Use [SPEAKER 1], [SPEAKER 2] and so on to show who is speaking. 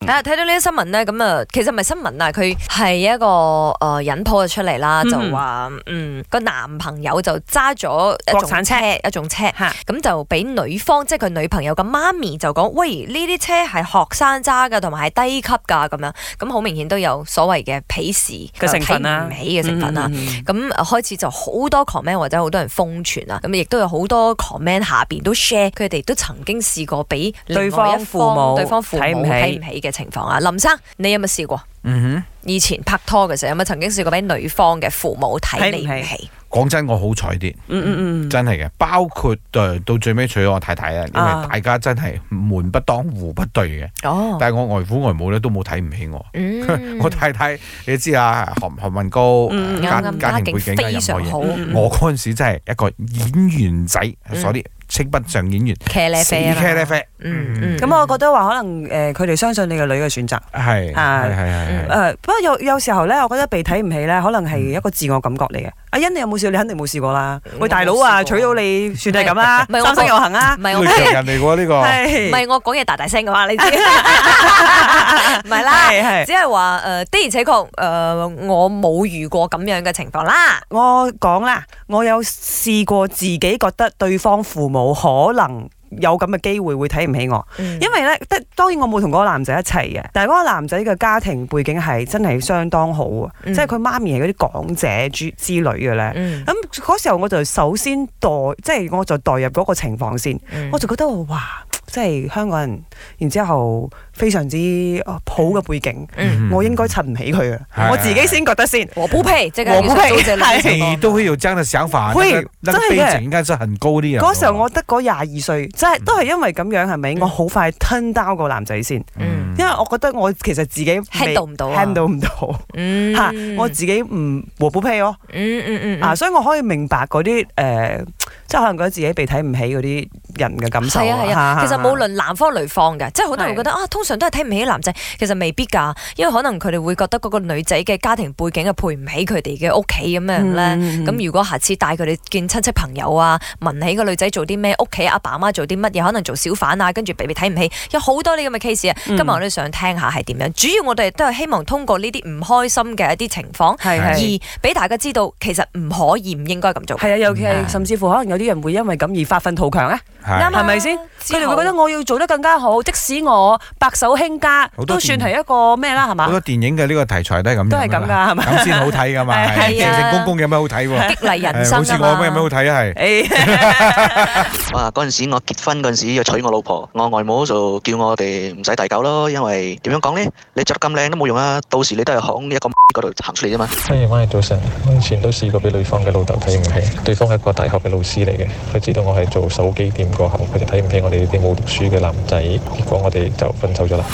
[SPEAKER 1] 嗯
[SPEAKER 2] 啊，睇到呢啲新聞咧，咁啊，其實唔係新聞啊，佢係一個誒引鋪出嚟啦，
[SPEAKER 1] 嗯
[SPEAKER 2] 就話嗯個男朋友就揸咗一
[SPEAKER 1] 國
[SPEAKER 2] 種
[SPEAKER 1] 產車
[SPEAKER 2] 一種車，
[SPEAKER 1] 嚇
[SPEAKER 2] 咁就俾女方即係佢女朋友嘅媽咪就講，喂呢啲車係學生揸㗎，同埋係低級㗎咁樣，咁好明顯都有所謂嘅鄙視呃
[SPEAKER 1] 嘅成分啊
[SPEAKER 2] 睇
[SPEAKER 1] 啦
[SPEAKER 2] 唔起嘅成分啦。
[SPEAKER 1] 嗯嗯嗯嗯
[SPEAKER 2] 咁呃開始就好多 comment 或者好多人瘋傳啊啦，咁亦都有好多 comment 下邊都 share 佢哋都曾經試過俾另外一
[SPEAKER 1] 對方父母
[SPEAKER 2] 對方父母
[SPEAKER 1] 睇
[SPEAKER 2] 睇
[SPEAKER 1] 唔
[SPEAKER 2] 唔起
[SPEAKER 1] 起
[SPEAKER 2] 嘅情況啊。林生，你有冇試過？
[SPEAKER 3] 嗯
[SPEAKER 2] 以前拍拖嘅時候有冇曾經試過俾女方嘅父母睇你
[SPEAKER 1] 睇
[SPEAKER 2] 唔
[SPEAKER 1] 唔
[SPEAKER 2] 起？
[SPEAKER 3] 哼，講真，我好彩啲，
[SPEAKER 1] 嗯嗯嗯，
[SPEAKER 3] 真係嘅。包括誒到最尾娶咗我太太啊，因
[SPEAKER 1] 啊
[SPEAKER 3] 為大家真係門不當戶不對嘅。
[SPEAKER 2] 哦，
[SPEAKER 3] 但係我外父外母咧都冇睇唔起我。
[SPEAKER 2] 嗯
[SPEAKER 3] 我太太你知啊，學學問高，呃
[SPEAKER 1] 嗯
[SPEAKER 3] 家
[SPEAKER 2] 啱啱
[SPEAKER 3] 家庭
[SPEAKER 2] 家
[SPEAKER 3] 背景
[SPEAKER 2] 境
[SPEAKER 3] 啊，
[SPEAKER 2] 非
[SPEAKER 3] 任何
[SPEAKER 2] 常
[SPEAKER 3] 嘢。
[SPEAKER 2] 好，
[SPEAKER 1] 嗯
[SPEAKER 3] 我嗰陣時真係一個演員仔，
[SPEAKER 2] 嗯
[SPEAKER 3] 所以稱不上演員，
[SPEAKER 2] 茄喱啡啊
[SPEAKER 3] 死茄喱
[SPEAKER 2] 嘛，
[SPEAKER 3] 啡，
[SPEAKER 2] 嗯嗯，
[SPEAKER 1] 咁我覺得話可能誒，佢哋相信你個女嘅選擇。
[SPEAKER 3] 係係
[SPEAKER 1] 啊
[SPEAKER 3] 係係係。
[SPEAKER 1] 誒，不過有有時候咧，我覺得被睇唔起咧，可能係一個自我感覺嚟嘅。阿欣，你有冇試過？你肯定冇試過啦。
[SPEAKER 2] 嗯我
[SPEAKER 1] 喂，
[SPEAKER 2] 冇
[SPEAKER 1] 大佬啊，
[SPEAKER 2] 試過
[SPEAKER 1] 娶到你算係咁 啦
[SPEAKER 2] 唔係，我
[SPEAKER 1] 三生有幸啊
[SPEAKER 2] 唔。係
[SPEAKER 3] 類
[SPEAKER 2] 我
[SPEAKER 3] 近人嚟喎呢 個，
[SPEAKER 2] 唔
[SPEAKER 1] 係
[SPEAKER 2] 係我講嘢大大聲嘅話， 你知唔係啦。
[SPEAKER 1] 係係。
[SPEAKER 2] 只係話誒的而且確誒、呃我冇遇過咁樣嘅情況啦。
[SPEAKER 1] 我講啦，我有試過自己覺得對方父母可能有咁嘅機會會睇唔起我，
[SPEAKER 2] 嗯
[SPEAKER 1] 因為咧，得當然我冇同嗰個男仔一齊嘅，但係嗰個男仔嘅家庭背景係真係相當好啊，
[SPEAKER 2] 嗯
[SPEAKER 1] 即係佢媽咪係嗰啲港姐之之類嘅咧。
[SPEAKER 2] 嗯
[SPEAKER 1] 咁嗰時候我就首先代，即係我就代入嗰個情況先，
[SPEAKER 2] 嗯
[SPEAKER 1] 我就覺得哇，即係香港人，然之後非常之呃好嘅背景，
[SPEAKER 2] 嗯，
[SPEAKER 1] 我應該襯唔起佢啊，
[SPEAKER 3] 係
[SPEAKER 1] 我自己先覺得先。
[SPEAKER 2] 我不配，即係
[SPEAKER 1] 嗯我不配
[SPEAKER 3] 你都會有這樣的想法，
[SPEAKER 1] 會
[SPEAKER 3] 那個那個
[SPEAKER 1] 真係
[SPEAKER 3] 背
[SPEAKER 1] 嘅
[SPEAKER 3] 景應該是很高
[SPEAKER 2] 啊
[SPEAKER 3] 啲人咯。
[SPEAKER 1] 嗰時候我得嗰廿二歲，即係都係因為咁樣係咪？我好快吞 down 個男仔先，
[SPEAKER 2] 嗯
[SPEAKER 1] 因為我覺得我其實自己
[SPEAKER 2] handle 唔到啊
[SPEAKER 1] handle 唔到
[SPEAKER 2] 嗯
[SPEAKER 1] 嚇，我自己唔和補屁咯
[SPEAKER 2] 嗯嗯嗯
[SPEAKER 1] 啊，所以我可以明白嗰啲誒，即係可能覺得自己被睇唔起嗰啲人嘅感受
[SPEAKER 2] 係啊係啊，
[SPEAKER 1] 嚇
[SPEAKER 2] 其實
[SPEAKER 1] 嚇
[SPEAKER 2] 無論男方女方嘅，即係好多人會覺得啊，通常都係睇唔起男仔，其實未必㗎，因為可能佢哋會覺得嗰個女仔嘅家庭背景係配唔起佢哋嘅屋企咁樣咧。
[SPEAKER 1] 嗯
[SPEAKER 2] 咁如果下次帶佢哋見親戚朋友啊，問起個女仔做啲咩，屋企阿爸阿媽做啲乜嘢，可能做小販啊，跟住被被睇唔起，有好多呢咁嘅 case 啊。
[SPEAKER 1] 嗯
[SPEAKER 2] 今日我都想聽下係點樣，主要我哋都係希望通過呢啲唔開心嘅一啲情況，
[SPEAKER 1] 係
[SPEAKER 2] 而
[SPEAKER 1] 係
[SPEAKER 2] 俾大家知道其實唔可以唔應該咁做。
[SPEAKER 1] 係啊，尤其係
[SPEAKER 2] 嗯
[SPEAKER 1] 甚至乎可能有啲人會因為咁而發奮圖強啊，
[SPEAKER 3] 係
[SPEAKER 2] 啱啊
[SPEAKER 1] 係咪先？
[SPEAKER 2] 之後
[SPEAKER 1] 佢哋會覺得我要做得更加好，即使我白手興家
[SPEAKER 3] 好，多
[SPEAKER 1] 都算
[SPEAKER 3] 電
[SPEAKER 1] 係一個咩啦，係
[SPEAKER 3] 好
[SPEAKER 1] 嘛？
[SPEAKER 3] 多電影嘅呢個題材都係咁樣
[SPEAKER 1] 都係咁
[SPEAKER 3] 㗎啦
[SPEAKER 1] 㗎，係嘛？
[SPEAKER 3] 咁先好睇㗎嘛，
[SPEAKER 1] 係
[SPEAKER 3] 係
[SPEAKER 2] 係啊
[SPEAKER 3] 成成功功有咩好睇喎？
[SPEAKER 2] 激勵人
[SPEAKER 3] 誒
[SPEAKER 2] 生
[SPEAKER 3] 好似
[SPEAKER 2] 啊
[SPEAKER 3] 我咁有咩好
[SPEAKER 2] 嘛。
[SPEAKER 3] 睇啊？係。
[SPEAKER 1] 誒。
[SPEAKER 4] 哇！嗰陣時我結婚嗰陣時要娶我老婆，我外母就叫我哋唔使大搞咯，因為點樣講呢？你着得咁靚都冇用啊，到時你都係響一個嗰度行出嚟啫嘛。
[SPEAKER 5] 西營灣嘅早晨，我以前都試過俾女方嘅老豆睇唔起，對方係一個大學嘅老師嚟嘅，佢知道我係做手機店過後，佢就睇唔起我哋呢啲冇讀書嘅男仔，結果我哋就分手咗啦。